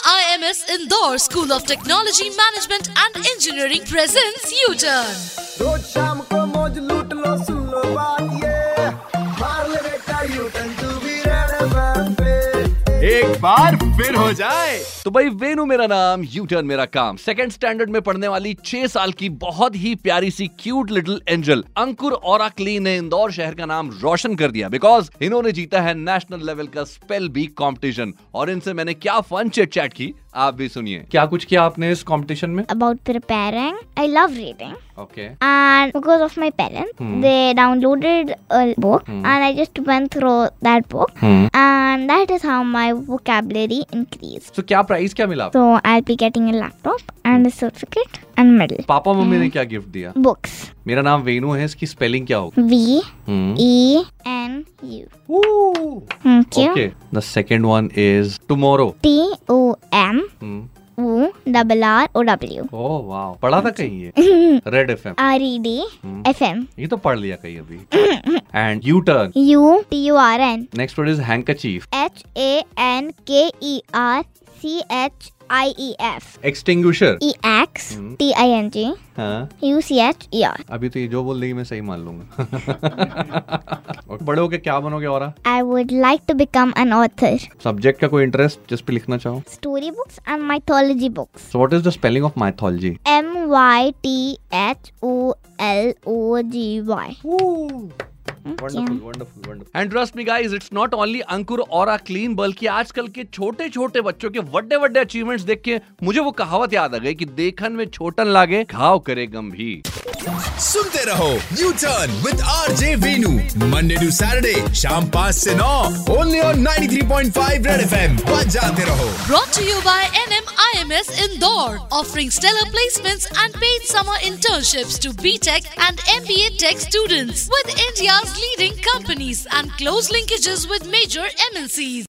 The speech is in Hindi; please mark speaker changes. Speaker 1: BBS Indore School of Technology Management and Engineering presents U-Turn.
Speaker 2: रोज तो शाम को मौज लूट लो सुन लो बात ये मार ले बेटा you turn to be red पे
Speaker 3: एक बार फिर हो जाए
Speaker 4: तो भाई वेनु मेरा नाम यू टर्न मेरा काम सेकंड स्टैंडर्ड में पढ़ने वाली छह साल की बहुत ही प्यारी सी क्यूट लिटिल एंजल अंकुर और क्ली ने इंदौर शहर का नाम रोशन कर दिया बिकॉज इन्होंने जीता है नेशनल लेवल का स्पेल बी कंपटीशन और इनसे मैंने क्या फन चिट चैट की आप भी सुनिए क्या कुछ किया आपने इस कंपटीशन में
Speaker 5: about preparing. I love reading.
Speaker 4: Okay
Speaker 5: And because of my parents, they downloaded a book and I just went through that book. And that is how my vocabulary increased.
Speaker 4: तो क्या प्राइस क्या मिला
Speaker 5: So I'll be getting a laptop and a certificate and medal.
Speaker 4: Papa mummy ने क्या गिफ्ट दिया
Speaker 5: Books.
Speaker 4: मेरा नाम वेनु है इसकी स्पेलिंग क्या होगी
Speaker 5: V E N U. Thank you.
Speaker 4: Okay the second one is tomorrow
Speaker 5: T O M
Speaker 4: hmm.
Speaker 5: O double R O W.
Speaker 4: Oh वाह Oh, पढ़ा था कहीं ये red FM
Speaker 5: R E D F M
Speaker 4: ये तो पढ़ लिया कहीं अभी and U turn
Speaker 5: U T U R N.
Speaker 4: Next word is handkerchief
Speaker 5: H A N K E R C H I E F
Speaker 4: extinguisher
Speaker 5: E X T I N G
Speaker 4: हाँ
Speaker 5: U C H E R.
Speaker 4: अभी तो ये जो बोल देगी मैं सही मान लूंगा Okay, बड़े होके क्या बनोगे और
Speaker 5: I would like to become an author.
Speaker 4: Subject का कोई इंटरेस्ट जिस पे लिखना चाहो
Speaker 5: Story books and mythology books.
Speaker 4: So what is the spelling of mythology
Speaker 5: M Y T H O L O G Y.
Speaker 4: Wonderful, wonderful, wonderful. And trust me, guys, it's not only Ankur और क्लीन बल्कि आजकल के छोटे छोटे बच्चों के बड़े बड़े अचीवमेंट्स देख के मुझे वो कहावत याद आ गई कि देखन में छोटन लागे घाव करे गंभीर
Speaker 3: सुनते रहो U turn with R J Venu Monday to Saturday शाम पाँच से नौ ओनली ऑन 93.5 रेड एफएम जाते रहो
Speaker 1: Brought to you by NMIMS Indore, offering stellar placements and paid summer internships to BTech and MBA Tech students with India's leading companies and close linkages with major MNCs.